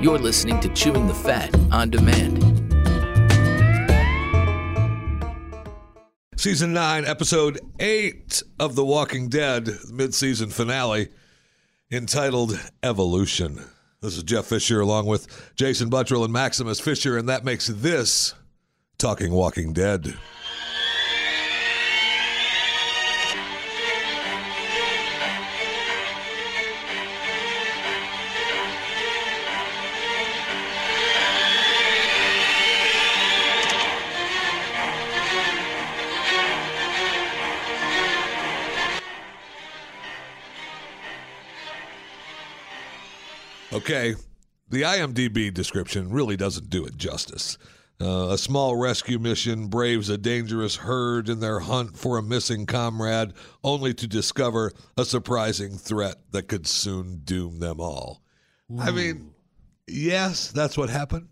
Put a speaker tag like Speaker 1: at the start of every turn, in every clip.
Speaker 1: You're listening to Chewing the Fat on demand.
Speaker 2: Season 9, Episode 8 of The Walking Dead, mid season finale, entitled Evolution. This is Jeff Fisher along with Jason Buttrell and Maximus Fisher, and that makes this Talking Walking Dead. Okay, the IMDb description really doesn't do it justice. Uh, a small rescue mission braves a dangerous herd in their hunt for a missing comrade, only to discover a surprising threat that could soon doom them all. I mean, yes, that's what happened,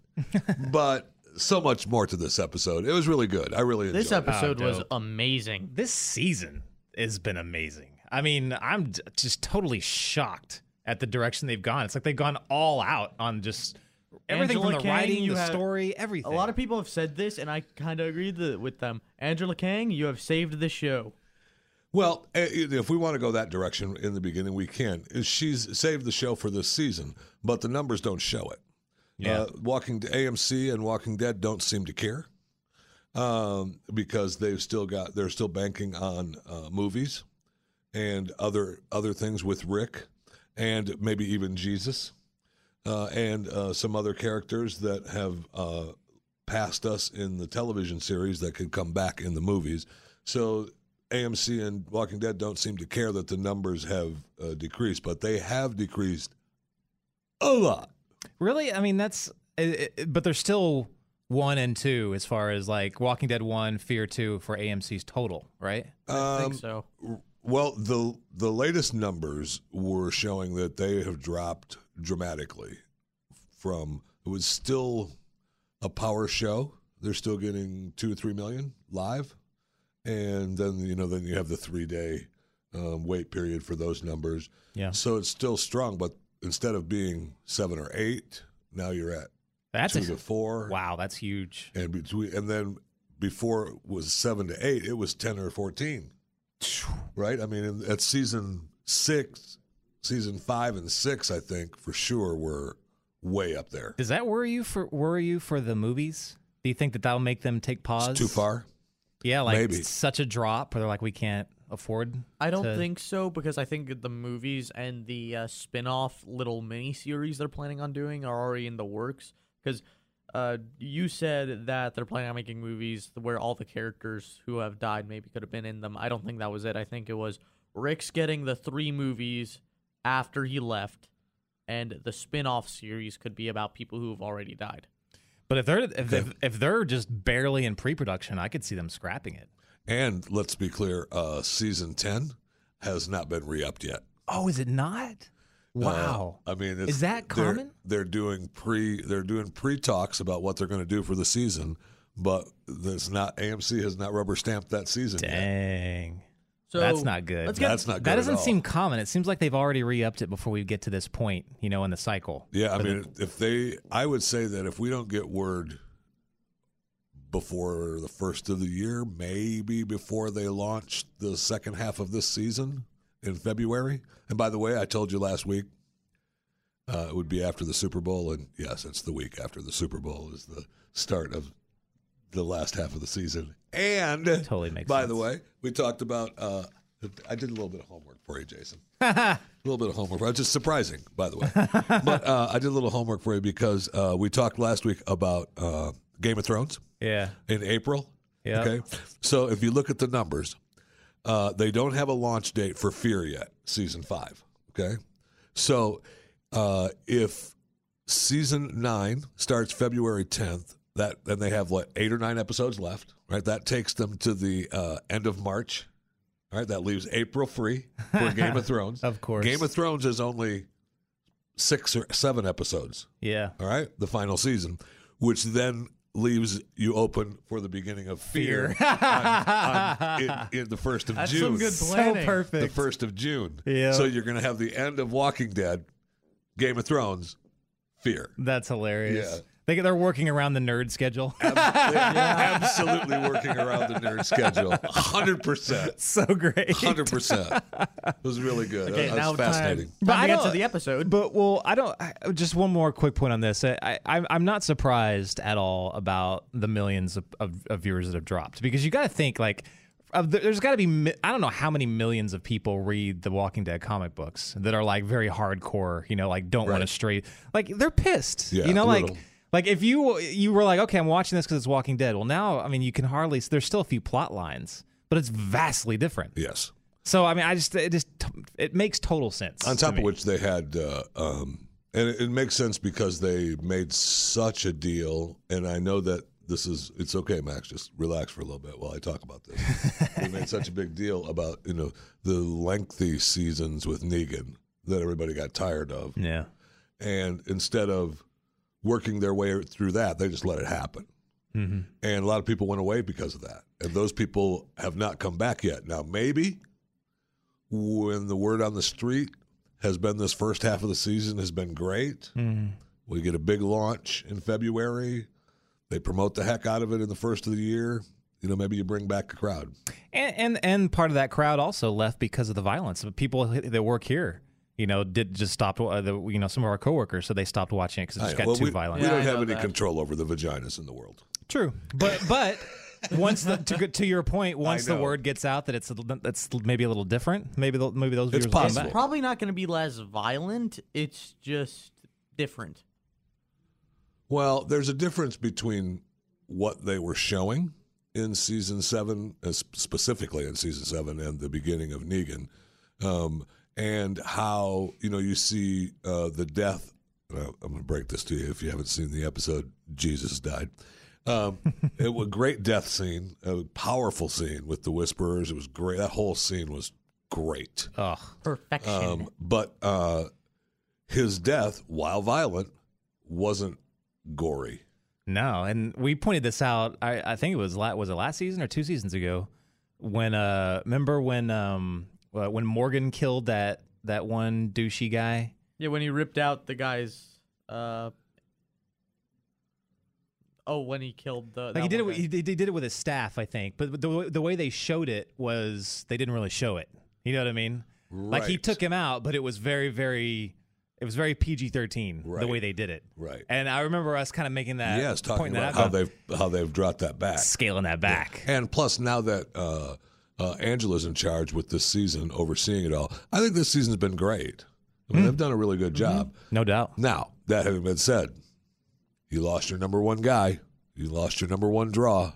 Speaker 2: but so much more to this episode. It was really good. I really enjoyed
Speaker 3: This episode was
Speaker 4: dope.
Speaker 3: amazing.
Speaker 4: this season has been amazing. I mean, I'm d- just totally shocked at the direction they've gone. It's like they've gone all out on just everything
Speaker 3: Angela
Speaker 4: from the
Speaker 3: Kang,
Speaker 4: writing,
Speaker 3: you
Speaker 4: the
Speaker 3: have-
Speaker 4: story, everything.
Speaker 3: A lot of people have said this, and I kind of agree th- with them. Angela Kang, you have saved the show.
Speaker 2: Well, eh, if we want to go that direction in the beginning, we can. Eh, She's saved the show for this season, but the numbers don't show it.
Speaker 4: Yeah.
Speaker 2: Uh, Walking AMC and Walking Dead don't seem to care um, because they've still got they're still banking on uh, movies and other other things with Rick and maybe even Jesus uh, and uh, some other characters that have uh, passed us in the television series that could come back in the movies. So AMC and Walking Dead don't seem to care that the numbers have uh, decreased, but they have decreased a lot.
Speaker 4: really, I mean, that's. i i but there's still one and two as far as like Walking Dead one, Fear two for AMC's total, right?
Speaker 3: I
Speaker 2: Um,
Speaker 3: think so.
Speaker 2: Well, the the latest numbers were showing that they have dropped dramatically from it was still a power show. They're still getting two or three million live, and then you know then you have the three day um, wait period for those numbers.
Speaker 4: Yeah.
Speaker 2: So it's still strong, but instead of being seven or eight, now you're at
Speaker 4: That's
Speaker 2: two
Speaker 4: a-
Speaker 2: to four.
Speaker 4: wow. That's huge.
Speaker 2: And between and then before it was seven to eight, it was ten or fourteen. Right? I mean, in, at season six, season five and six, I think for sure were way up there.
Speaker 4: Does that worry you for worry you for the movies? Do you think that that'll make them take pause?
Speaker 2: It's too far.
Speaker 4: Yeah, like
Speaker 2: Maybe.
Speaker 4: such a drop where they're like, we can't afford.
Speaker 3: I don't
Speaker 4: to-
Speaker 3: think so because I think the movies and the uh, spin-off little mini series they're planning on doing are already in the works because uh, you said that they're planning on making movies where all the characters who have died maybe could have been in them. I don't think that was it. I think it was Rick's getting the three movies after he left and the spin-off series could be about people who have already died.
Speaker 4: But if they're if, if, if they're just barely in pre-production, I could see them scrapping it.
Speaker 2: And let's be clear, uh, season ten has not been re upped yet.
Speaker 4: Oh, is it not? Wow.
Speaker 2: Uh, I mean, it's,
Speaker 4: is that
Speaker 2: they're-
Speaker 4: common?
Speaker 2: They're, doing pre they're doing pre talks about what they're going to do for the season, but there's not AMC has not rubber stamped that season yet.
Speaker 4: Dang,
Speaker 3: So
Speaker 4: that's not good.
Speaker 3: Let's get
Speaker 2: That's not good.
Speaker 4: that
Speaker 2: at
Speaker 4: doesn't
Speaker 2: all.
Speaker 4: seem common. It seems like they've already re-upped it before we get to this point, you know, in the cycle.
Speaker 2: Yeah, I mean, if they, I would say that if we don't get word before the first of the year, maybe before they launch the second half of this season in February. And by the way, I told you last week uh, it would be after the Super Bowl, and yes, it's the week after the Super Bowl is the start of the last half of the season. And
Speaker 4: Totally makes
Speaker 2: by
Speaker 4: sense.
Speaker 2: the way, we talked about. Uh, I did a little bit of homework for you, Jason. A little bit of homework. It's just surprising, by the way. but uh, I did a little homework for you because uh, we talked last week about uh, Game of Thrones
Speaker 4: Yeah.
Speaker 2: in April.
Speaker 4: Yeah.
Speaker 2: Okay. So if you look at the numbers, uh, they don't have a launch date for Fear yet, season five. Okay. So uh, if season nine starts February 10th, that then they have what eight or nine episodes left, right? That takes them to the uh, end of March. All right, that leaves April free for Game of Thrones.
Speaker 4: Of course.
Speaker 2: Game of Thrones is only six or seven episodes.
Speaker 4: Yeah.
Speaker 2: All right, the final season, which then leaves you open for the beginning of Fear, on- on- in, in the first of
Speaker 3: That's
Speaker 2: June.
Speaker 3: some good
Speaker 4: So
Speaker 3: planning.
Speaker 2: the
Speaker 4: perfect.
Speaker 2: first of June.
Speaker 4: Yeah.
Speaker 2: So you're going to have the end of Walking Dead, Game of Thrones, fear.
Speaker 4: That's hilarious.
Speaker 2: Yeah.
Speaker 4: They, they're working around the nerd schedule.
Speaker 2: Absolutely working around the nerd schedule. 100%.
Speaker 4: so great.
Speaker 2: 100%. It was really good.
Speaker 3: Okay,
Speaker 2: that
Speaker 3: now
Speaker 2: was fascinating.
Speaker 3: Time,
Speaker 4: But
Speaker 3: time
Speaker 4: I
Speaker 3: to
Speaker 4: don't-
Speaker 3: answer the episode.
Speaker 4: But well, I don't. I, just one more quick point on this. I, I I'm- I'm not surprised at all about the millions of, of, of viewers that have dropped because you got to think like. Of the, there's got to be mi- I don't know how many millions of people read the Walking Dead comic books that are like very hardcore, you know, like don't want to stray, like they're pissed,
Speaker 2: Yeah,
Speaker 4: you know,
Speaker 2: brutal.
Speaker 4: like like if you you were like, okay, I'm watching this because it's Walking Dead. Well, now I mean, you can hardly there's still a few plot lines, but it's vastly different.
Speaker 2: Yes.
Speaker 4: So I mean, I just it just it makes total sense.
Speaker 2: On
Speaker 4: to
Speaker 2: top
Speaker 4: me.
Speaker 2: of which, they had, uh, um, and it, it makes sense because they made such a deal. And I know that this is, it's okay, Max, just relax for a little bit while I talk about this. they made such a big deal about, you know, the lengthy seasons with Negan that everybody got tired of.
Speaker 4: yeah.
Speaker 2: And instead of working their way through that, they just let it happen.
Speaker 4: Mm-hmm.
Speaker 2: And a lot of people went away because of that. And those people have not come back yet. Now, maybe when the word on the street has been this first half of the season has been great,
Speaker 4: Mm-hmm.
Speaker 2: we get a big launch in February. They promote the heck out of it in the first of the year. You know, maybe you bring back a crowd.
Speaker 4: And, and and part of that crowd also left because of the violence. But People that work here, you know, did just stopped. Uh, the, you know, some of our coworkers, so they stopped watching it because it
Speaker 2: I
Speaker 4: just
Speaker 2: know.
Speaker 4: got
Speaker 2: Oh, Well,
Speaker 4: too
Speaker 2: we,
Speaker 4: violent.
Speaker 2: we
Speaker 3: Yeah,
Speaker 2: don't
Speaker 3: I
Speaker 2: have
Speaker 3: know
Speaker 2: any
Speaker 3: that.
Speaker 2: control over the vaginas in the world.
Speaker 4: True, but but once the, to get- to your point, once the
Speaker 2: know.
Speaker 4: word gets out that it's a little- that's maybe a little different, maybe they'll- maybe those
Speaker 2: It's
Speaker 4: viewers will come
Speaker 2: possible.
Speaker 4: back.
Speaker 3: Probably not going to be less violent. It's just different.
Speaker 2: Well, there's a difference between what they were showing in season seven, uh, sp- specifically in season seven and the beginning of Negan, um, and how you know you see uh, the death. Uh, I'm going to break this to you if you haven't seen the episode. Jesus died. Um, it was a great death scene, a powerful scene with the whisperers. It was great. That whole scene was great.
Speaker 4: Ugh.
Speaker 3: Perfection.
Speaker 2: Um, but uh, his death, while violent, wasn't gory.
Speaker 4: No, and we pointed this out. I, I think it was la- was it last season or two seasons ago when uh remember when um uh, when Morgan killed that that one douchey guy.
Speaker 3: yeah, when he ripped out the guy's. Uh, oh, when he killed the.
Speaker 4: Like he did it.
Speaker 3: with
Speaker 4: He, did- he did it with his staff, I think. But the way- the way they showed it was they didn't really show it. You know what I mean? Like he
Speaker 2: Right.
Speaker 4: took him out, but it was very, very, it was very PG thirteen the
Speaker 2: Right.
Speaker 4: way they did it.
Speaker 2: Right.
Speaker 4: And I remember us kind of making that.
Speaker 2: yes, talking
Speaker 4: pointing
Speaker 2: about
Speaker 4: that out,
Speaker 2: how
Speaker 4: going,
Speaker 2: they've how they've brought that back.
Speaker 4: scaling that back.
Speaker 2: And plus, now that uh, uh, Angela's in charge with this season, overseeing it all, I think this season's been great. I
Speaker 4: Hmm.
Speaker 2: mean, they've done a really good job.
Speaker 4: No doubt.
Speaker 2: Now, that having been said, you lost your number one guy, you lost your number one draw,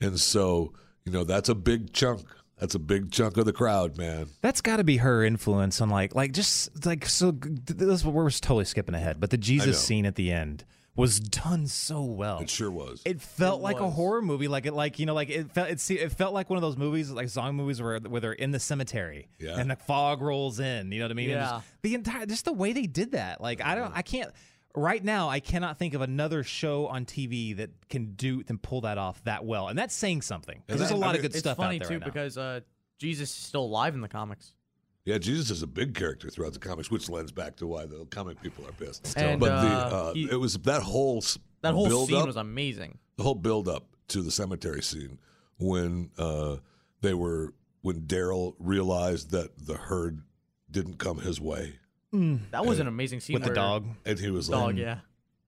Speaker 2: and so you know that's a big chunk. That's a big chunk of the crowd, man.
Speaker 4: That's got to be her influence on like like just like so. th- This we're totally skipping ahead, but the
Speaker 2: know.
Speaker 4: Jesus scene at the end was done so well.
Speaker 2: It sure was.
Speaker 4: It felt like a
Speaker 3: was.
Speaker 4: horror movie, like it, like you know, like it felt it. se- It felt like one of those movies, like zombie movies, where where they're in the cemetery
Speaker 2: Yeah.
Speaker 4: and the fog rolls in. You know what I mean? And just-
Speaker 3: Yeah.
Speaker 4: the entire, just the way they did that. Like I don't, I can't. Right now, I cannot think of another show on TV that can do and pull that off that well, and that's saying something. 'cause
Speaker 2: And
Speaker 4: There's
Speaker 2: that-
Speaker 4: a
Speaker 2: I
Speaker 4: lot
Speaker 2: mean-
Speaker 4: of good
Speaker 3: It's
Speaker 4: stuff
Speaker 3: funny
Speaker 4: out there
Speaker 3: too
Speaker 4: right now.
Speaker 3: because uh, Jesus is still alive in the comics.
Speaker 2: Yeah, Jesus is a big character throughout the comics, which lends back to why the comic people are pissed.
Speaker 3: And,
Speaker 2: but the
Speaker 3: uh,
Speaker 2: uh,
Speaker 3: he-
Speaker 2: it was that whole s-
Speaker 3: That whole
Speaker 2: build
Speaker 3: scene
Speaker 2: up,
Speaker 3: was amazing.
Speaker 2: the whole build up to the cemetery scene when uh, they were when Daryl realized that the herd didn't come his way,
Speaker 3: That was an amazing scene
Speaker 4: with the
Speaker 3: where-
Speaker 4: dog,
Speaker 2: and he was
Speaker 3: Dog,
Speaker 2: like,
Speaker 3: yeah.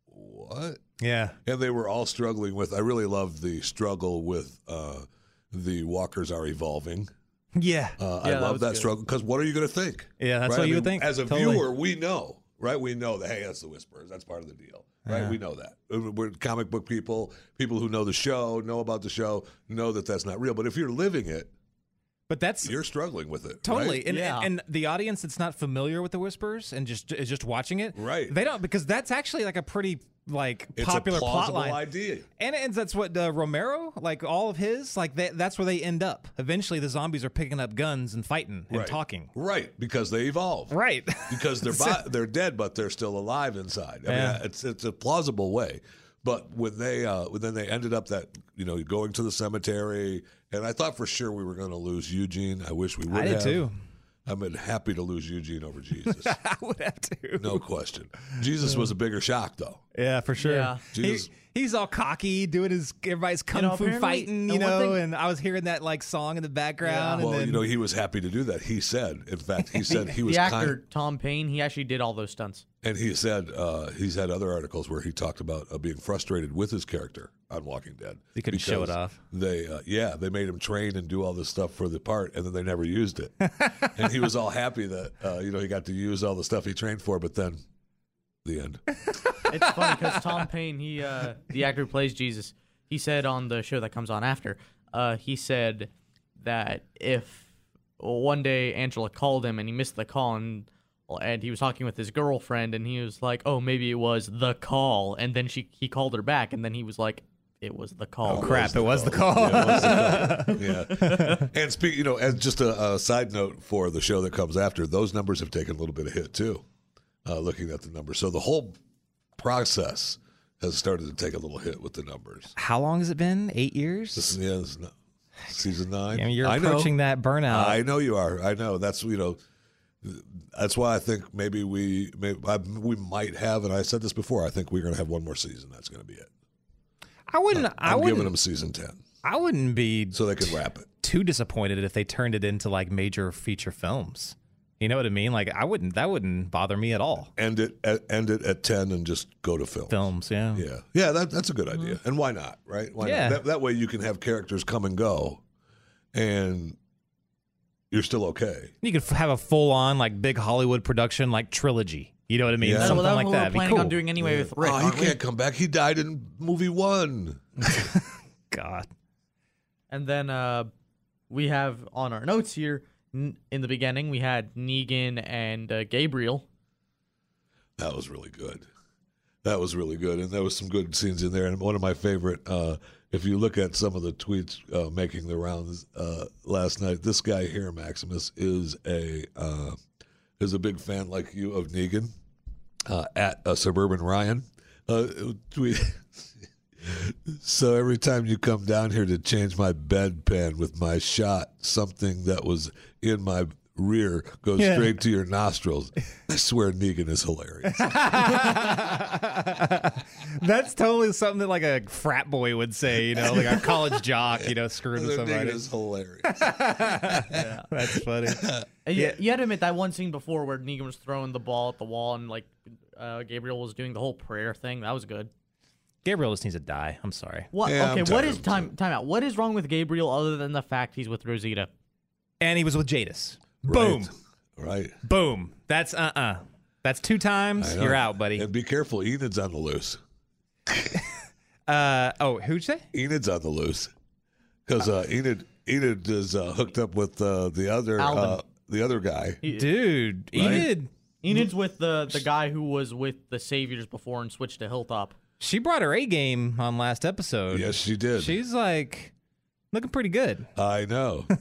Speaker 2: "What?"
Speaker 4: yeah,
Speaker 2: And they were all struggling with. I really love the struggle with uh, the walkers are evolving.
Speaker 4: yeah.
Speaker 2: Uh,
Speaker 3: Yeah,
Speaker 2: I
Speaker 3: that
Speaker 2: love
Speaker 3: was
Speaker 2: that
Speaker 3: good.
Speaker 2: struggle because what are you going to think?
Speaker 4: Yeah, that's
Speaker 2: Right?
Speaker 4: what
Speaker 2: I
Speaker 4: you
Speaker 2: mean,
Speaker 4: would think.
Speaker 2: As a
Speaker 4: Totally.
Speaker 2: viewer, we know, right? We know that hey, that's the Whisperers. That's part of the deal, right? We know that. We're comic book people. People who know the show, know about the show, know that that's not real. But if you're living it,
Speaker 4: But that's
Speaker 2: you're struggling with it.
Speaker 4: Totally,
Speaker 2: right?
Speaker 4: and,
Speaker 3: Yeah.
Speaker 4: and and the audience that's not familiar with the whispers and just is just watching it,
Speaker 2: Right.
Speaker 4: They don't because that's actually like a pretty like
Speaker 2: It's
Speaker 4: popular
Speaker 2: a plausible
Speaker 4: plotline.
Speaker 2: idea.
Speaker 4: And, and that's what uh, Romero, like all of his, like that, that's where they end up. Eventually, the zombies are picking up guns and fighting and
Speaker 2: Right.
Speaker 4: talking.
Speaker 2: Right, because they evolve.
Speaker 4: Right.
Speaker 2: because they're
Speaker 4: So-
Speaker 2: bi- they're dead, but they're still alive inside. I
Speaker 4: Yeah.
Speaker 2: mean, it's it's a plausible way. But when they uh, when then they ended up that you know going to the cemetery, and I thought for sure we were going to lose Eugene. I wish we would
Speaker 4: I did
Speaker 2: have.
Speaker 4: too.
Speaker 2: I've been happy to lose Eugene over Jesus.
Speaker 4: I would have to.
Speaker 2: No question. Jesus was a bigger shock, though.
Speaker 4: Yeah, for sure.
Speaker 3: Yeah.
Speaker 4: He,
Speaker 2: Jesus.
Speaker 4: he's all cocky, doing his everybody's kung
Speaker 3: know,
Speaker 4: fu
Speaker 3: apparently-
Speaker 4: fighting, you
Speaker 3: and one
Speaker 4: know.
Speaker 3: thing-
Speaker 4: and I was hearing that like song in the background,
Speaker 2: Well,
Speaker 4: and then
Speaker 2: you know, he was happy to do that. He said, in fact, he said he was
Speaker 3: The actor
Speaker 2: kind,
Speaker 3: Tom Payne, he actually did all those stunts.
Speaker 2: and he said uh, he's had other articles where he talked about uh, being frustrated with his character on Walking Dead.
Speaker 4: He couldn't show it
Speaker 2: because
Speaker 4: off.
Speaker 2: They, uh, yeah, they made him train and do all this stuff for the part, and then they never used it. and he was all happy that uh, you know he got to use all the stuff he trained for, but then the end.
Speaker 3: It's funny because Tom Payne, he uh, the actor who plays Jesus, he said on the show that comes on after, uh, he said that if one day Angela called him and he missed the call and and he was talking with his girlfriend and he was like, oh, maybe it was the call, and then she he called her back and then he was like, it was the call.
Speaker 4: Oh, crap, it was the call.
Speaker 2: Yeah, it was the call. Yeah. And speak, you know, and just a, a side note for the show that comes after, those numbers have taken a little bit of hit too, uh, looking at the numbers. So the whole process has started to take a little hit with the numbers.
Speaker 4: How long has it been? Eight years.
Speaker 2: This is- yeah, this is no- season nine.
Speaker 4: I mean, you're
Speaker 2: I know.
Speaker 4: approaching that burnout.
Speaker 2: I know you are. I know. That's you know. That's why I think maybe we maybe, I, we might have, and I said this before. I think we're going to have one more season. That's going to be it.
Speaker 4: I wouldn't. I
Speaker 2: uh, I'm
Speaker 4: wouldn't.
Speaker 2: giving them season ten,
Speaker 4: I wouldn't be
Speaker 2: so they can wrap it.
Speaker 4: too disappointed if they turned it into like major feature films. You know what I mean? Like I wouldn't. That wouldn't bother me at all.
Speaker 2: end it at, end it at 10 and just go to film.
Speaker 4: Films, yeah.
Speaker 2: Yeah. Yeah, that, that's a good idea. And why not, right? Why
Speaker 4: Mm-hmm. Yeah.
Speaker 2: not? That, that way you can have characters come and go and you're still okay.
Speaker 4: You could f- have a full on like big Hollywood production like trilogy. You know what I mean?
Speaker 2: Yeah.
Speaker 3: That's
Speaker 4: Something
Speaker 3: what
Speaker 4: like
Speaker 3: we're
Speaker 4: that. It'd be
Speaker 3: planning
Speaker 4: cool.
Speaker 3: on doing anyway with Rick.
Speaker 2: oh, he
Speaker 3: aren't we?
Speaker 2: can't come back. He died in movie 1.
Speaker 4: God.
Speaker 3: And then uh, we have on our notes here n- in the beginning we had Negan and uh, Gabriel.
Speaker 2: That was really good. That was really good, and there was some good scenes in there. And one of my favorite, uh, if you look at some of the tweets uh, making the rounds uh, last night, this guy here, Maximus, is a uh, is a big fan like you of Negan. Uh, at uh, suburban Ryan, uh, tweet. so every time you come down here to change my bedpan with my shot, something that was in my rear goes
Speaker 4: Yeah.
Speaker 2: straight to your nostrils. I swear, Negan is hilarious.
Speaker 4: That's totally something that like a frat boy would say, you know, like a college jock, you know, screwing with
Speaker 2: Nigga
Speaker 4: somebody.
Speaker 2: is hilarious.
Speaker 4: That's funny.
Speaker 3: Uh, You, you had to admit that one scene before where Negan was throwing the ball at the wall and like uh, Gabriel was doing the whole prayer thing. That was good.
Speaker 4: Gabriel just needs to die. I'm sorry.
Speaker 3: What?
Speaker 2: Yeah, I'm
Speaker 3: okay, what
Speaker 2: tired
Speaker 3: is
Speaker 2: of
Speaker 3: time time out? What is wrong with Gabriel other than the fact he's with Rosita?
Speaker 4: And he was with Jadis. Boom.
Speaker 2: Right.
Speaker 4: Boom. That's uh uh That's two times.
Speaker 2: I know.
Speaker 4: You're out, buddy.
Speaker 2: And be careful. Enid's on the loose.
Speaker 4: Uh oh, who'd you say?
Speaker 2: Enid's on the loose. Because uh, Enid Enid is uh, hooked up with uh, the other
Speaker 3: Alvin.
Speaker 2: uh, the other guy.
Speaker 4: Dude, Enid.
Speaker 3: Enid's with the the guy who was with the Saviors before and switched to Hilltop.
Speaker 4: She brought her A game on last episode.
Speaker 2: Yes, she did.
Speaker 4: She's like looking pretty good.
Speaker 2: I know.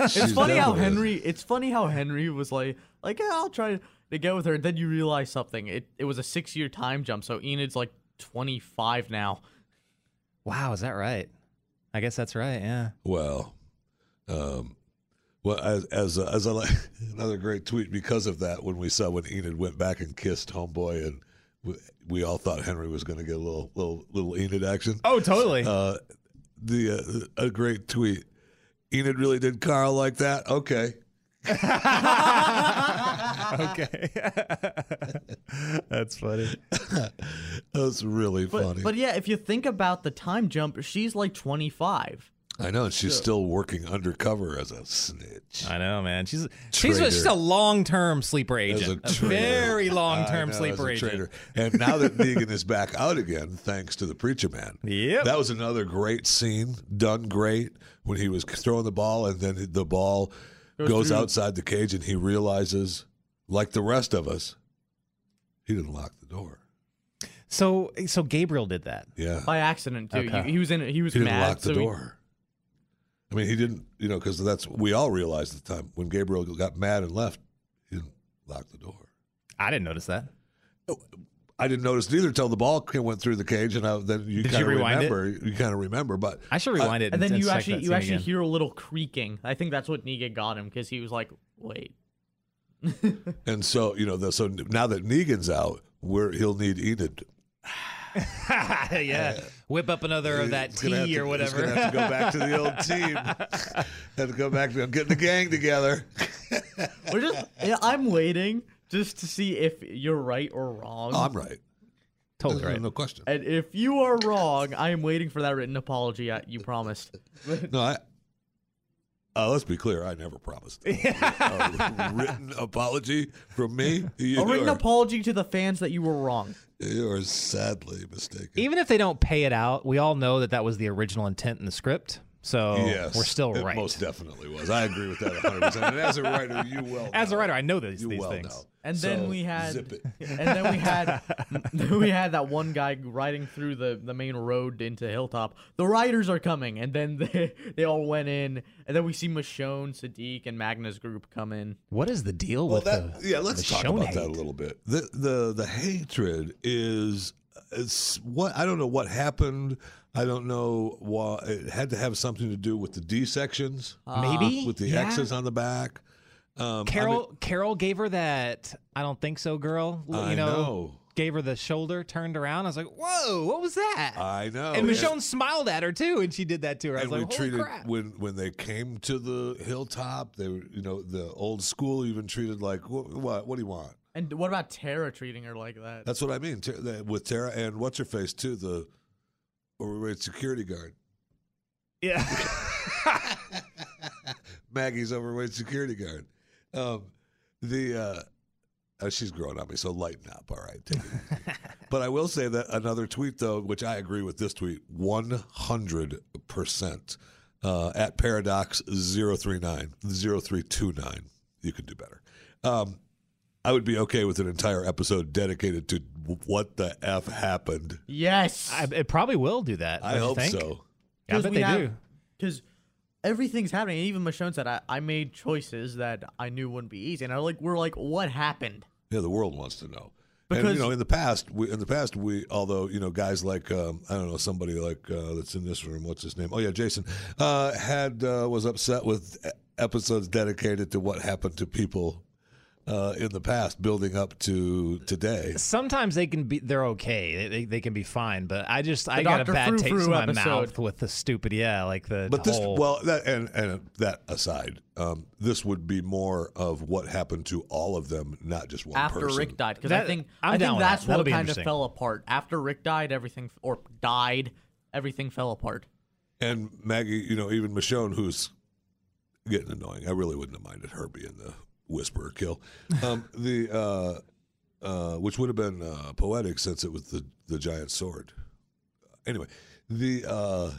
Speaker 3: It's funny how Henry. It's funny how Henry was like, like "Yeah, I'll try to get with her. Then you realize something. It it was a six year time jump. So Enid's like twenty five now.
Speaker 4: Wow, is that right? I guess that's right, yeah.
Speaker 2: Well, um, well, as as uh, as I like another great tweet because of that when we saw when Enid went back and kissed homeboy and we, we all thought Henry was going to get a little little little Enid action.
Speaker 4: Oh, totally.
Speaker 2: uh, the uh, a great tweet. Enid really did Carl like that. Okay,
Speaker 4: okay. That's funny.
Speaker 2: that's really
Speaker 3: But
Speaker 2: funny.
Speaker 3: but yeah, if you think about the time jump, she's like twenty five.
Speaker 2: I know, and she's still working undercover as a snitch.
Speaker 4: I know, man. She's she's
Speaker 2: Traitor.
Speaker 4: a, she's a long-term sleeper agent. A,
Speaker 2: traitor.
Speaker 4: very long-term
Speaker 2: I know, as
Speaker 4: sleeper
Speaker 2: a
Speaker 4: agent.
Speaker 2: traitor. And now that Negan is back out again, thanks to the preacher man.
Speaker 4: Yep.
Speaker 2: That was another great scene, done great when he was throwing the ball, and then the ball goes,
Speaker 3: through.
Speaker 2: outside the cage, and he realizes, like the rest of us, he didn't lock the door.
Speaker 4: So so Gabriel did that.
Speaker 2: Yeah,
Speaker 3: by accident too.
Speaker 4: Okay.
Speaker 3: He, he was in. He was
Speaker 2: he didn't
Speaker 3: mad.
Speaker 2: lock the
Speaker 3: so he-
Speaker 2: door. I mean, he didn't, you know, because that's we all realized at the time when Gabriel got mad and left, he didn't lock the door.
Speaker 4: I didn't notice that. Oh.
Speaker 2: I didn't notice neither till the ball ca- went through the cage, and I, then you
Speaker 4: Did
Speaker 2: kind
Speaker 4: you
Speaker 2: of
Speaker 4: rewind it?
Speaker 2: remember. You kind of remember, but
Speaker 4: I should rewind it
Speaker 3: and then you
Speaker 4: check
Speaker 3: actually
Speaker 4: that
Speaker 3: you
Speaker 4: scene
Speaker 3: actually
Speaker 4: again.
Speaker 3: hear a little creaking. I think that's what Negan got him because he was like, wait,
Speaker 2: and so you know, the, so now that Negan's out, where he'll need Enid.
Speaker 4: yeah. Whip up another of that
Speaker 2: He's gonna have
Speaker 4: tea
Speaker 2: to-
Speaker 4: or
Speaker 2: He's
Speaker 4: whatever.
Speaker 2: gonna have to go back to the old team. have to go back to getting the gang together.
Speaker 3: We're just. yeah, I'm waiting just to see if you're right or wrong.
Speaker 2: Oh, I'm right.
Speaker 4: totally
Speaker 2: No-
Speaker 4: right.
Speaker 2: No question.
Speaker 3: and if you are wrong, I am waiting for that written apology uh, you promised.
Speaker 2: No, I. Uh, let's be clear. I never promised a, written apology from me. You,
Speaker 3: A written
Speaker 2: are,
Speaker 3: apology to the fans that you were wrong.
Speaker 2: you are sadly mistaken.
Speaker 4: Even if they don't pay it out, we all know that that was the original intent in the script. So
Speaker 2: yes,
Speaker 4: we're still
Speaker 2: it
Speaker 4: right.
Speaker 2: Most definitely was. I agree with that 100. percent And as a writer, you well.
Speaker 4: As a
Speaker 2: know.
Speaker 4: writer, I know these,
Speaker 2: you
Speaker 4: these
Speaker 2: well
Speaker 4: things.
Speaker 2: know.
Speaker 3: And then
Speaker 2: So,
Speaker 3: we had,
Speaker 2: zip it.
Speaker 3: and then we had, we had that one guy riding through the, the main road into Hilltop. The riders are coming, and then they they all went in, and then we see Michonne, Sadiq, and Magna's group come in.
Speaker 4: What is the deal
Speaker 2: Well,
Speaker 4: with
Speaker 2: that
Speaker 4: the
Speaker 2: yeah. Let's
Speaker 4: the
Speaker 2: talk
Speaker 4: shown
Speaker 2: about that a
Speaker 4: hate?
Speaker 2: little bit. The the the hatred is it's what I don't know what happened. I don't know why it had to have something to do with the D sections,
Speaker 4: Uh, Maybe
Speaker 2: with the
Speaker 4: yeah.
Speaker 2: X's on the back. Um, I
Speaker 4: Carol
Speaker 2: mean-
Speaker 4: Carol gave her that I don't think so, girl. l-
Speaker 2: I
Speaker 4: you know,
Speaker 2: know.
Speaker 4: gave her the shoulder, turned around. I was like, whoa, what was that?
Speaker 2: I know.
Speaker 4: and Michonne smiled at her too, and she did that to her. I
Speaker 2: and
Speaker 4: was
Speaker 2: we
Speaker 4: like, holy
Speaker 2: treated
Speaker 4: crap.
Speaker 2: when when they came to the hilltop, they were you know the old school even treated like what what, what do you want?
Speaker 3: And what about Tara treating her like that?
Speaker 2: That's what I mean Ter- that- with Tara and what's her face too the overrated security guard.
Speaker 4: yeah.
Speaker 2: Maggie's overweight security guard. Um, the uh, uh, she's growing on me, so lighten up, all right. take it easy. but I will say that another tweet though, which I agree with this tweet one hundred percent uh, at paradox 039, 0329. You can do better. Um, I would be okay with an entire episode dedicated to what the f happened.
Speaker 3: yes,
Speaker 4: I, it probably will do that.
Speaker 2: I
Speaker 4: don't you
Speaker 2: hope
Speaker 4: think?
Speaker 2: so.
Speaker 4: Yeah, I bet they do.
Speaker 3: Because everything's happening. And even Michonne said, I, I made choices that I knew wouldn't be easy. And I like, we're like, what happened?
Speaker 2: Yeah, the world wants to know. and
Speaker 3: Because-
Speaker 2: you know, in the past, we, in the past, we although you know guys like um, I don't know somebody like uh, that's in this room, what's his name? Oh yeah, Jason uh, had uh, was upset with e- episodes dedicated to what happened to people uh, in the past, building up to today.
Speaker 4: Sometimes they can be they're okay. They, they, they can be fine, but I just I got
Speaker 3: Dr.
Speaker 4: a bad
Speaker 3: Frou
Speaker 4: taste
Speaker 3: Frou
Speaker 4: in my
Speaker 3: episode.
Speaker 4: mouth with the stupid yeah, like the
Speaker 2: But this,
Speaker 3: Oh.
Speaker 4: whole,
Speaker 2: well, that, and and that aside, um, this would be more of what happened to all of them, not just one
Speaker 3: After
Speaker 2: person.
Speaker 3: Rick died. Because I
Speaker 4: That-
Speaker 3: think,
Speaker 4: I'm
Speaker 3: I
Speaker 4: down
Speaker 3: think
Speaker 4: with that.
Speaker 3: that's
Speaker 4: That'll
Speaker 3: what
Speaker 4: be
Speaker 3: kind of
Speaker 4: interesting.
Speaker 3: fell apart. After Rick died, everything, or died, everything fell apart.
Speaker 2: And Maggie, you know, even Michonne, who's getting annoying. I really wouldn't have minded her being the whisperer kill. Um, the uh, uh, which would have been uh, poetic since it was the the giant sword. Anyway, the uh,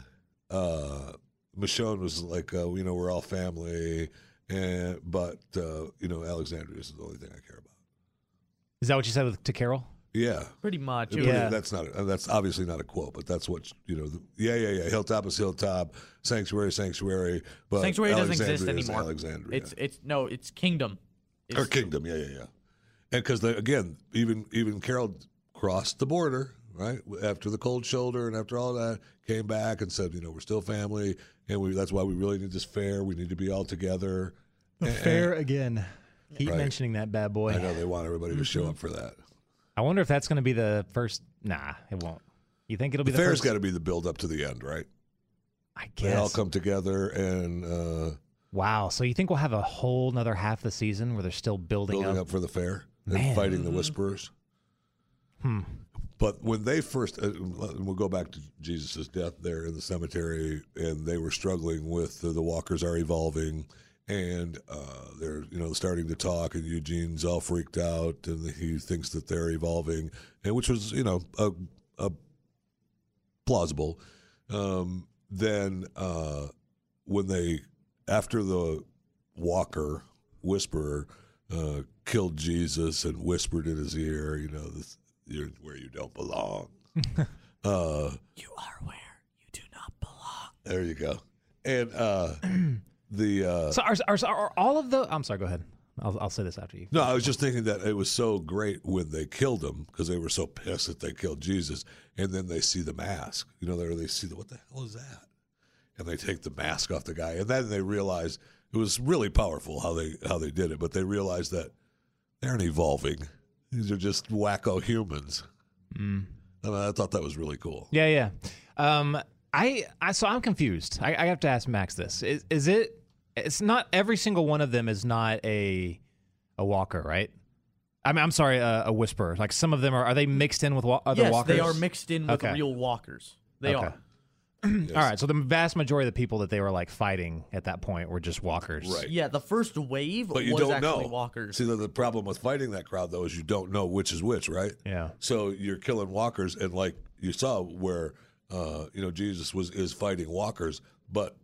Speaker 2: uh, Michonne was like, uh, you know, we're all family, and but uh, you know, Alexandria is the only thing I care about.
Speaker 4: Is that what you said with, to Carol?
Speaker 2: Yeah.
Speaker 3: Pretty much. It
Speaker 2: But
Speaker 3: was-
Speaker 4: Yeah.
Speaker 2: That's not. A, uh, that's obviously not a quote, but that's what you know. The, yeah, yeah, yeah. Hilltop is hilltop. Sanctuary, sanctuary. But
Speaker 3: Sanctuary doesn't
Speaker 2: Alexandria
Speaker 3: exist
Speaker 2: is
Speaker 3: anymore.
Speaker 2: Alexandria.
Speaker 3: It's, it's, no, it's Kingdom.
Speaker 2: Or kingdom. Yeah, yeah, yeah. And because again, even even Carol crossed the border right after the cold shoulder and after all that, came back and said, you know, we're still family, and we that's why we really need this fair. We need to be all together.
Speaker 4: Fair again. Keep
Speaker 2: Eh, Right.
Speaker 4: mentioning that bad boy.
Speaker 2: I know they want everybody to
Speaker 3: Mm-hmm.
Speaker 2: show up for that.
Speaker 4: I wonder if that's going to be the first. Nah, it won't. You think it'll be
Speaker 2: The
Speaker 4: the,
Speaker 2: fair's
Speaker 4: first?
Speaker 2: got to be the build up to the end, right?
Speaker 4: I
Speaker 2: They all
Speaker 4: guess.
Speaker 2: come together and uh,
Speaker 4: wow. So you think we'll have a whole another half the season where they're still building,
Speaker 2: building
Speaker 4: up?
Speaker 2: up for the fair and
Speaker 4: Man. Hmm.
Speaker 2: fighting the whisperers. But when they first, uh, we'll go back to Jesus' death there in the cemetery, and they were struggling with uh, the, the walkers are evolving, and uh, they're you know starting to talk, and Eugene's all freaked out, and he thinks that they're evolving, and which was you know a, a plausible. Um, then uh, when they after the walker whisperer uh, killed Jesus and whispered in his ear, you know, this, you're where you don't belong. uh,
Speaker 3: You are where you do not belong.
Speaker 2: there you go. And uh, the uh,
Speaker 4: So are, are, are all of the? I'm sorry. Go ahead. I'll, I'll say this after you.
Speaker 2: no, I was just thinking that it was so great when they killed him because they were so pissed that they killed Jesus, and then they see the mask. You know, they they see the, what the hell is that? And they take the mask off the guy, and then they realize it was really powerful how they how they did it. But they realize that They aren't evolving. These are just wacko humans.
Speaker 3: Mm.
Speaker 2: And I thought that was really cool.
Speaker 4: Yeah, yeah. Um, I, I so I'm confused. I, I have to ask Max this: is, is it? It's not every single one of them is not a a walker, right? I mean, I'm sorry, a, a whisperer. Like some of them are. Are they mixed in with wa- other
Speaker 3: yes,
Speaker 4: walkers?
Speaker 3: they are mixed in with
Speaker 4: Okay.
Speaker 3: real walkers. They
Speaker 4: Okay.
Speaker 3: are.
Speaker 4: All right. So the vast majority of the people that they were like fighting at that point were just walkers.
Speaker 2: Right.
Speaker 3: Yeah, the first wave
Speaker 2: But you
Speaker 3: was
Speaker 2: don't
Speaker 3: actually
Speaker 2: know.
Speaker 3: walkers.
Speaker 2: See, the, the problem with fighting that crowd though is you don't know which is which, right?
Speaker 4: Yeah.
Speaker 2: So you're killing walkers, and like you saw where uh, you know Jesus was is fighting walkers, but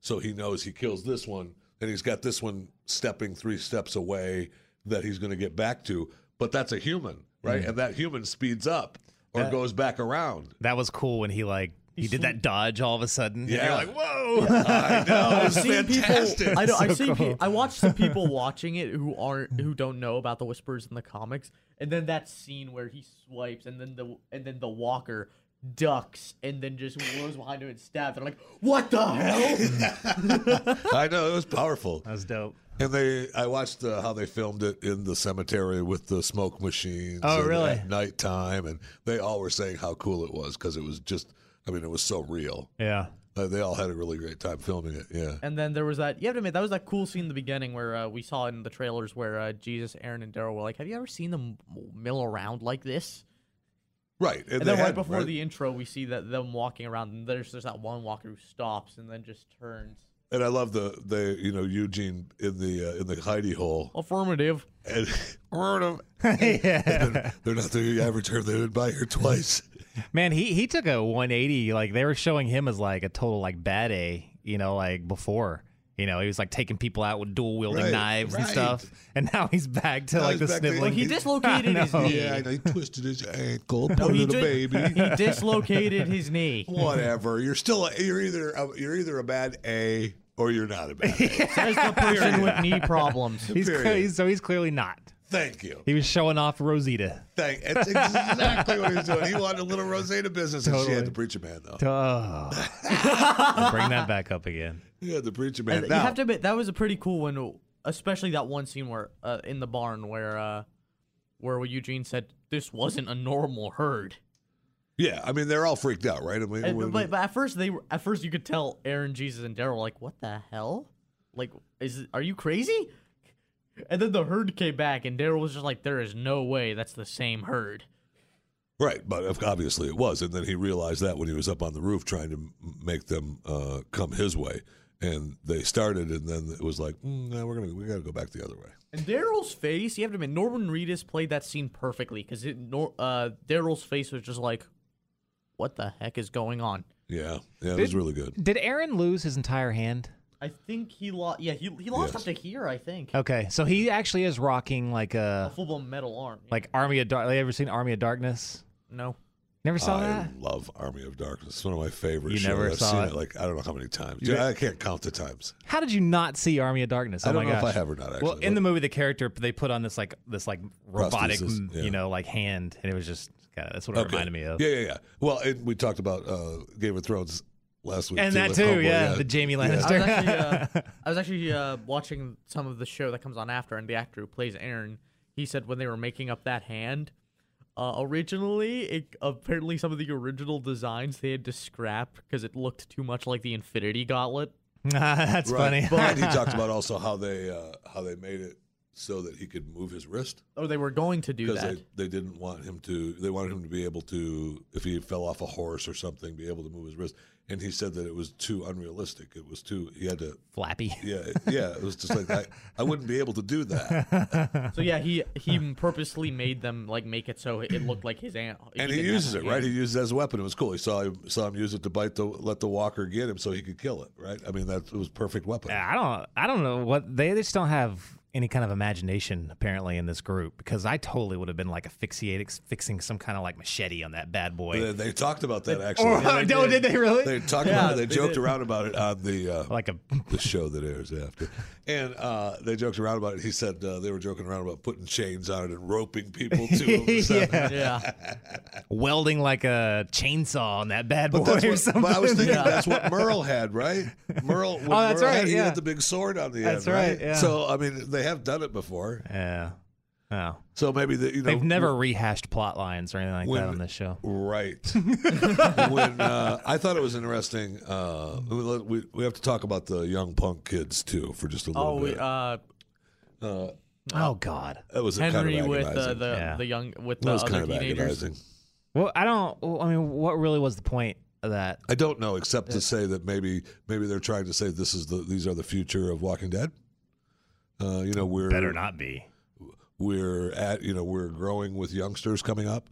Speaker 2: so he knows he kills this one, and he's got this one stepping three steps away that he's going to get back to, but that's a human, right?
Speaker 3: Mm.
Speaker 2: And that human speeds up or goes back around.
Speaker 4: That was cool when he like he did that dodge all of a sudden.
Speaker 2: Yeah.
Speaker 4: And you're like, whoa.
Speaker 2: I know, it's fantastic.
Speaker 3: people. I know. I've
Speaker 4: So
Speaker 3: seen.
Speaker 4: cool.
Speaker 3: Pe- I watched some people watching it who aren't who don't know about the whispers in the comics, and then that scene where he swipes, and then the and then the walker ducks, and then just whirls behind him and stabs. They're like, "What the hell?"
Speaker 2: I know it was powerful.
Speaker 4: that was dope.
Speaker 2: And they, I watched uh, how they filmed it in the cemetery with the smoke machines.
Speaker 4: Oh,
Speaker 2: and
Speaker 4: really?
Speaker 2: At nighttime, and they all were saying how cool it was because it was just, I mean, it was so real.
Speaker 4: Yeah.
Speaker 2: Uh, they all had a really great time filming it. Yeah,
Speaker 3: And then there was that. You have to admit that was that cool scene in the beginning where uh, we saw it in the trailers where uh, Jesus, Aaron, and Daryl were like, "Have you ever seen them mill around like this?"
Speaker 2: right.
Speaker 3: And then
Speaker 2: they
Speaker 3: right
Speaker 2: had,
Speaker 3: before
Speaker 2: right?
Speaker 3: the intro, we see that them walking around, and there's there's that one walker who stops and then just turns.
Speaker 2: and I love the the you know Eugene in the uh, in the hidey hole.
Speaker 3: Affirmative.
Speaker 2: And, they're, they're not the average term. They've been by here twice.
Speaker 4: Man, he he took a 180. Like they were showing him as like a total like bad A. You know, like before. You know, he was like taking people out with dual wielding
Speaker 2: Right,
Speaker 4: knives and
Speaker 2: right.
Speaker 4: stuff, and now he's back to
Speaker 2: Now
Speaker 4: like
Speaker 2: he's
Speaker 4: the
Speaker 2: back to-
Speaker 4: sniveling.
Speaker 3: Well, he
Speaker 2: He-
Speaker 3: dislocated his
Speaker 4: I know.
Speaker 3: knee.
Speaker 2: Yeah, I know. He twisted his ankle.
Speaker 3: Oh. No,
Speaker 2: Poor
Speaker 3: he
Speaker 2: little
Speaker 3: did-
Speaker 2: baby.
Speaker 3: He dislocated his knee.
Speaker 2: Whatever. You're still. A, you're either. A, you're either a bad A or you're not a bad A.
Speaker 3: Says the person with knee problems.
Speaker 4: he's
Speaker 2: Period.
Speaker 4: clearly, so he's clearly not.
Speaker 2: Thank you.
Speaker 4: He was showing off Rosita.
Speaker 2: Thank. That's exactly what he was doing. He wanted a little Rosetta business, and she had
Speaker 4: Totally.
Speaker 2: the preacher man though.
Speaker 4: Oh. Bring that back up again.
Speaker 2: He had the preacher
Speaker 3: And
Speaker 2: man.
Speaker 3: you
Speaker 2: now,
Speaker 3: have to admit that was a pretty cool one, especially that one scene where uh, in the barn where uh, where Eugene said this wasn't a normal herd.
Speaker 2: yeah, I mean they're all freaked out, right? I mean,
Speaker 3: And-
Speaker 2: when-
Speaker 3: but, but at first they were, at first you could tell Aaron, Jesus, and Daryl were like, "What the hell? Like, is are you crazy?" And then the herd came back, and Daryl was just like, "There is no way that's the same herd."
Speaker 2: right, but of- obviously it was, and then he realized that when he was up on the roof trying to m- make them uh, come his way, and they started, and then it was like, mm, no, we're gonna we gotta go back the other way.
Speaker 3: And Daryl's face, you have to admit, Norman Reedus played that scene perfectly because Nor- uh, Daryl's face was just like, "What the heck is going on?"
Speaker 2: Yeah, yeah, it was really good.
Speaker 4: Did Aaron lose his entire hand?
Speaker 3: I think he lost. Yeah, he, he lost
Speaker 2: Yes.
Speaker 3: up to here. I think
Speaker 4: Okay, so he actually is rocking like
Speaker 3: a
Speaker 4: a
Speaker 3: full blown metal arm.
Speaker 4: like Army of Dark. Like, ever seen Army of Darkness?
Speaker 3: no,
Speaker 4: Never saw
Speaker 2: I
Speaker 4: that.
Speaker 2: love Army of Darkness. It's one of my favorite
Speaker 4: You
Speaker 2: shows.
Speaker 4: never
Speaker 2: I've
Speaker 4: saw
Speaker 2: seen
Speaker 4: it?
Speaker 2: it like I don't know how many times.
Speaker 4: You-
Speaker 2: I can't count the times.
Speaker 4: How did you not see Army of Darkness? Oh
Speaker 2: I don't
Speaker 4: my
Speaker 2: know if
Speaker 4: gosh.
Speaker 2: I have or not,
Speaker 4: well,
Speaker 2: actually,
Speaker 4: in
Speaker 2: but-
Speaker 4: the movie, the character they put on this like this like robotic,
Speaker 2: Prosthesis,
Speaker 4: mm,
Speaker 2: yeah.
Speaker 4: you know, like hand, and it was just God, that's what it reminded me of.
Speaker 2: Yeah, yeah, yeah. Well, and we talked about uh, Game of Thrones last week,
Speaker 4: And
Speaker 2: too,
Speaker 4: that
Speaker 2: with
Speaker 4: too,
Speaker 2: Homeboy,
Speaker 4: yeah, the Jamie
Speaker 3: I was
Speaker 4: Lannister.
Speaker 3: actually, uh, I was actually uh, watching some of the show that comes on after, and the actor who plays Aaron, he said when they were making up that hand, uh, originally, it, apparently some of the original designs they had to scrap because it looked too much like the Infinity Gauntlet.
Speaker 4: that's funny.
Speaker 2: and he talked about also how they uh, how they made it so that he could move his wrist
Speaker 3: Or Oh, they were going to do
Speaker 2: because
Speaker 3: that.
Speaker 2: they, they didn't want him to. They wanted him to be able to, if he fell off a horse or something, be able to move his wrist. And he said that it was too unrealistic. It was too. He had to.
Speaker 4: Flappy.
Speaker 2: Yeah, yeah. It was just like I, I wouldn't be able to do that.
Speaker 3: So yeah, he he purposely made them like make it so it looked like his aunt.
Speaker 2: And he
Speaker 3: didn't have
Speaker 2: uses
Speaker 3: a
Speaker 2: it right.
Speaker 3: hand.
Speaker 2: He uses it as a weapon. It was cool. He saw him saw him use it to bite the let the walker get him so he could kill it. Right. I mean that was perfect weapon.
Speaker 4: I don't. I don't know what they just don't have any kind of imagination apparently in this group because I totally would have been like asphyxiated, fixing some kind of like machete on that bad boy.
Speaker 2: They, they talked about that actually.
Speaker 4: Or no, did they really?
Speaker 2: They talked
Speaker 3: Yeah,
Speaker 2: about it. They,
Speaker 3: they
Speaker 2: joked
Speaker 3: did.
Speaker 2: around about it on the uh,
Speaker 4: like a
Speaker 2: the show that airs after, and uh, they joked around about it. He said uh, they were joking around about putting chains on it and roping people to him. and stuff.
Speaker 4: yeah,
Speaker 3: Yeah,
Speaker 4: welding like a chainsaw on that bad boy
Speaker 2: That's
Speaker 4: or
Speaker 2: what-
Speaker 4: something.
Speaker 2: but I was thinking that's what Merle had, right? Merle, when
Speaker 4: Oh, that's
Speaker 2: Merle
Speaker 4: right,
Speaker 2: had, he
Speaker 4: yeah.
Speaker 2: had the big sword on the
Speaker 4: That's
Speaker 2: end,
Speaker 4: right, yeah.
Speaker 2: So I mean, they have done it before.
Speaker 4: yeah. Oh.
Speaker 2: So maybe the, you know
Speaker 4: They've never rehashed plot lines or anything like
Speaker 2: when-
Speaker 4: that on this show.
Speaker 2: Right. when uh, I thought it was interesting, uh, we, we, we have to talk about the young punk kids too for just a little
Speaker 3: Oh, we,
Speaker 2: bit.
Speaker 3: uh,
Speaker 4: Oh God.
Speaker 2: that was
Speaker 3: Henry
Speaker 2: kind of
Speaker 3: with uh,
Speaker 2: agonizing.
Speaker 3: the
Speaker 4: Yeah.
Speaker 3: the young with
Speaker 2: that
Speaker 3: the
Speaker 2: was
Speaker 3: other
Speaker 2: kind of
Speaker 3: teenagers.
Speaker 2: agonizing.
Speaker 4: Well, I don't. well, I mean, what really was the point of that?
Speaker 2: I don't know, except to say that maybe maybe they're trying to say this is the these are the future of Walking Dead. Uh, you know, we're
Speaker 4: not be.
Speaker 2: we're at you know we're growing with youngsters coming up.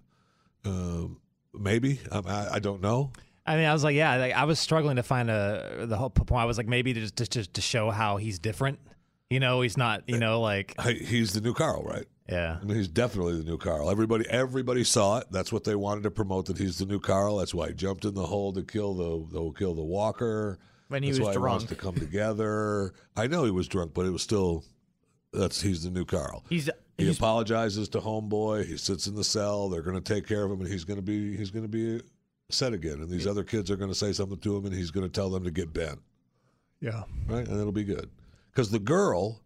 Speaker 2: Um, maybe um, I, I don't know.
Speaker 4: I mean, I was like, yeah, like, I was struggling to find a the whole point. I was like, maybe to just, just to show how he's different. You know, he's not. You know, like
Speaker 2: I, he's the new Carl, right?
Speaker 4: yeah.
Speaker 2: I mean, he's definitely the new Carl. Everybody, everybody saw it. That's what they wanted to promote. That he's the new Carl. That's why he jumped in the hole to kill the, the kill the Walker.
Speaker 3: When he
Speaker 2: that's
Speaker 3: was
Speaker 2: why he wants
Speaker 3: drunk.
Speaker 2: to come together. I know he was drunk, but it was still. That's he's the new Carl.
Speaker 3: He's
Speaker 2: He
Speaker 3: he's
Speaker 2: apologizes to homeboy. He sits in the cell. They're going to take care of him, and he's going to be he's going to be set again. And these other kids are going to say something to him, and he's going to tell them to get bent
Speaker 4: Yeah.
Speaker 2: right? And it'll be good because the girl,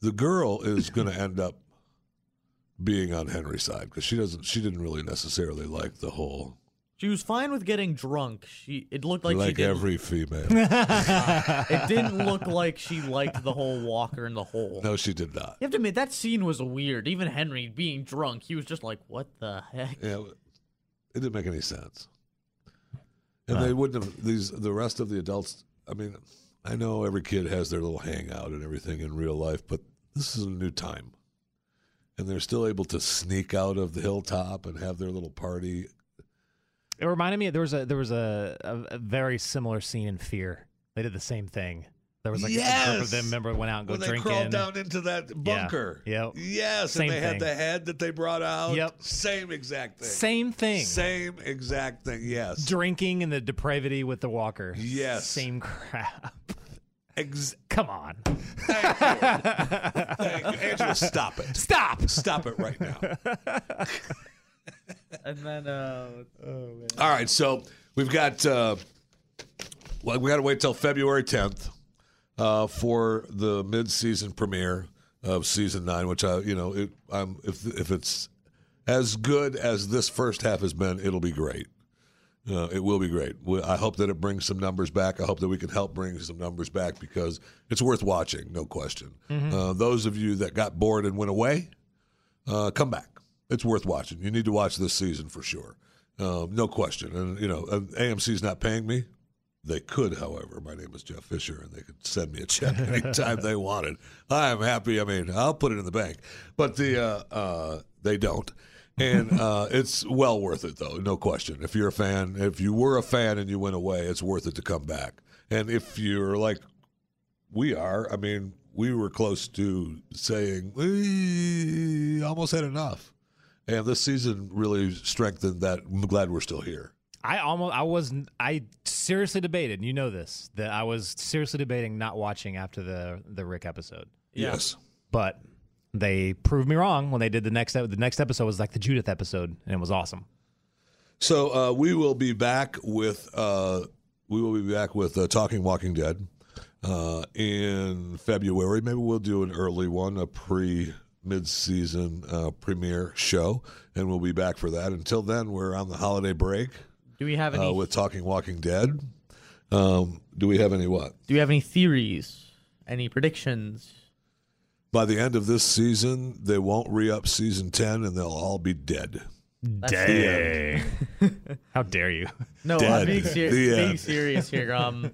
Speaker 2: the girl is going to end up being on Henry's side because she doesn't, she didn't really necessarily like the whole
Speaker 3: she was fine with getting drunk. She it looked like,
Speaker 2: like,
Speaker 3: she didn't,
Speaker 2: every female.
Speaker 3: it didn't look like she liked the whole Walker in the hole.
Speaker 2: no, she did not.
Speaker 3: You have to admit that scene was weird. Even Henry being drunk, he was just like, "What the heck?"
Speaker 2: Yeah, it didn't make any sense. And they wouldn't have these the rest of the adults. I mean, I know every kid has their little hangout and everything in real life, but this is a new time, and they're still able to sneak out of the hilltop and have their little party.
Speaker 4: It reminded me there was a there was a, a, a very similar scene in Fear. They did the same thing. There was like a group
Speaker 2: Yes!
Speaker 4: of them member went out and go
Speaker 2: when they
Speaker 4: drinking.
Speaker 2: crawled down into that bunker,
Speaker 4: Yep.
Speaker 2: yes,
Speaker 4: Same
Speaker 2: and they had
Speaker 4: thing.
Speaker 2: the head that they brought out.
Speaker 4: Yep.
Speaker 2: same exact thing.
Speaker 4: Same thing.
Speaker 2: Same exact thing. Yes,
Speaker 4: Drinking and the depravity with the walker.
Speaker 2: Yes.
Speaker 4: Same crap.
Speaker 2: Ex-
Speaker 4: Come on.
Speaker 2: thank you. thank you, Angela. Stop it.
Speaker 4: Stop.
Speaker 2: Stop it right now.
Speaker 3: And then uh,
Speaker 2: All right, so we've got uh, well, we got to wait till February 10th uh, for the mid-season premiere of season nine, which I, you know, it, I'm if if it's as good as this first half has been, it'll be great. Uh, it will be great. We- I hope that it brings some numbers back. I hope that we can help bring some numbers back because it's worth watching, no question. Uh, those of you that got bored and went away, uh, come back. It's worth watching. You need to watch this season for sure, um, no question. And you know, uh, AMC's not paying me. They could, however. My name is Jeff Fisher, and they could send me a check anytime they wanted. I am happy. I mean, I'll put it in the bank, but the uh, uh, they don't. And uh, it's well worth it, though, no question. If you're a fan, if you were a fan and you went away, it's worth it to come back. And if you're like we are. I mean, we were close to saying we almost had enough, and this season really strengthened that. I'm glad we're still here.
Speaker 4: I almost I was I seriously debated, and you know this, that I was seriously debating not watching after the the Rick episode.
Speaker 3: Yeah.
Speaker 2: Yes,
Speaker 4: But they proved me wrong when they did the next ep- the next episode was like the Judith episode and it was awesome.
Speaker 2: So uh, we will be back with uh, we will be back with uh, Talking Walking Dead uh, in February. Maybe we'll do an early one, a pre mid-season uh, premiere show, and we'll be back for that. Until then, we're on the holiday break
Speaker 3: do we have any?
Speaker 2: uh, with Talking Walking Dead. Um, do we have any what?
Speaker 3: do we have any theories? Any predictions?
Speaker 2: By the end of this season, they won't re-up season ten, and they'll all be dead.
Speaker 4: Dang. How dare you?
Speaker 3: No,
Speaker 2: Dead.
Speaker 3: I'm being, ser-
Speaker 2: The
Speaker 3: being
Speaker 2: end.
Speaker 3: serious here. Um,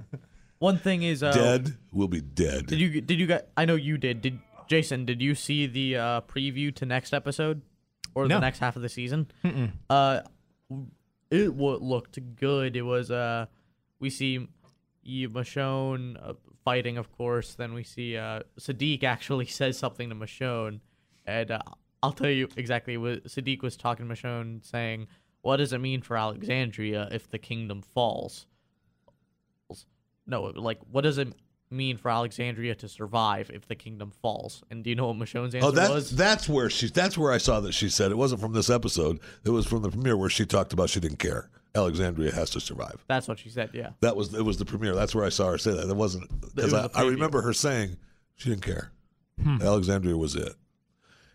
Speaker 3: one thing is, uh,
Speaker 2: Dead will be dead.
Speaker 3: did you did you guys? I know you did. Did Jason? Did you see the uh, preview to next episode or
Speaker 4: No.
Speaker 3: the next half of the season? Uh, it w- looked good. It was uh, we see Eve Michonne uh, fighting, of course. Then we see uh, Sadiq actually says something to Michonne, and uh, I'll tell you exactly what Sadiq was talking to Michonne, saying, "What does it mean for Alexandria if the kingdom falls?" No, like what does it mean for Alexandria to survive if the kingdom falls? And do you know what Michonne's answer
Speaker 2: Oh, that's
Speaker 3: was?
Speaker 2: that's where she. That's where I saw that she said it wasn't from this episode. It was from the premiere where she talked about she didn't care. Alexandria has to survive.
Speaker 3: that's what she said. Yeah.
Speaker 2: That was it was the Hmm. premiere. That's where I saw her say that. That wasn't because
Speaker 3: was
Speaker 2: I,
Speaker 3: the
Speaker 2: I
Speaker 3: preview.
Speaker 2: remember her saying she didn't care. Alexandria was it.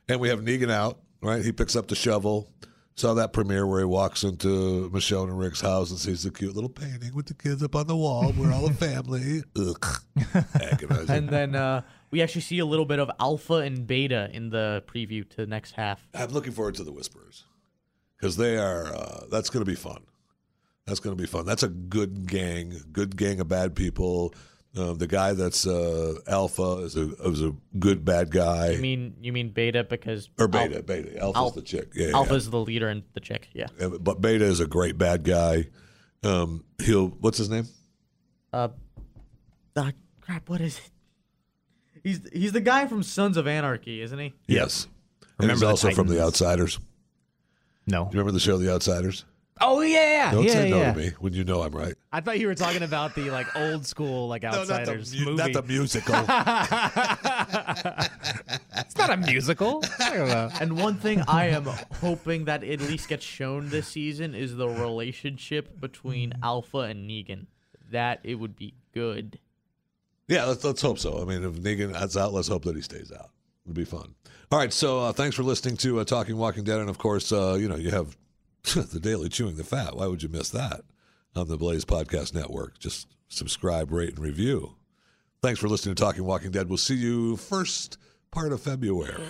Speaker 2: And we have Negan out, right? He picks up the shovel. Saw that premiere where he walks into Michelle and Rick's house and sees the cute little painting with the kids up on the wall. We're all a family. Ugh. Agonizing.
Speaker 3: and then uh, we actually see a little bit of alpha and beta in the preview to the next half.
Speaker 2: I'm looking forward to the Whisperers because they are. Uh, that's going to be fun. That's going to be fun. That's a good gang. Good gang of bad people. Uh, the guy that's uh, alpha is a is a good bad guy
Speaker 3: You mean you mean beta because
Speaker 2: or
Speaker 3: al-
Speaker 2: beta. beta alpha's
Speaker 3: Alpha.
Speaker 2: the chick. Yeah, yeah, yeah.
Speaker 3: alpha's the leader and the chick. Yeah,
Speaker 2: Yeah, But beta is a great bad guy. Um, he'll what's his name?
Speaker 3: uh, ah, crap. What is it? He's he's the guy from Sons of Anarchy, isn't he?
Speaker 2: Yes. And
Speaker 4: Remember
Speaker 2: he's
Speaker 4: the
Speaker 2: also from The
Speaker 4: Titans.
Speaker 2: Outsiders. Do
Speaker 4: No.
Speaker 2: you remember the show The Outsiders?
Speaker 4: Oh yeah, yeah,
Speaker 2: Don't
Speaker 4: yeah.
Speaker 2: say no
Speaker 4: yeah.
Speaker 2: to me when you know I'm right.
Speaker 4: I thought you were talking about the like old school like outsiders
Speaker 2: no,
Speaker 4: movie.
Speaker 2: not the musical.
Speaker 4: it's not a musical. What are you talking about?
Speaker 3: And one thing I am hoping that at least gets shown this season is the relationship between Alpha and Negan. That it would be good.
Speaker 2: Yeah, let's, let's hope so. I mean, if Negan is out, let's hope that he stays out. It'll be fun. All right, so uh, thanks for listening to uh, Talking Walking Dead, and of course, uh, you know you have the Daily Chewing the Fat. Why would you miss that on the Blaze Podcast Network? Just subscribe, rate, and review. Thanks for listening to Talking Walking Dead. We'll see you first part of February.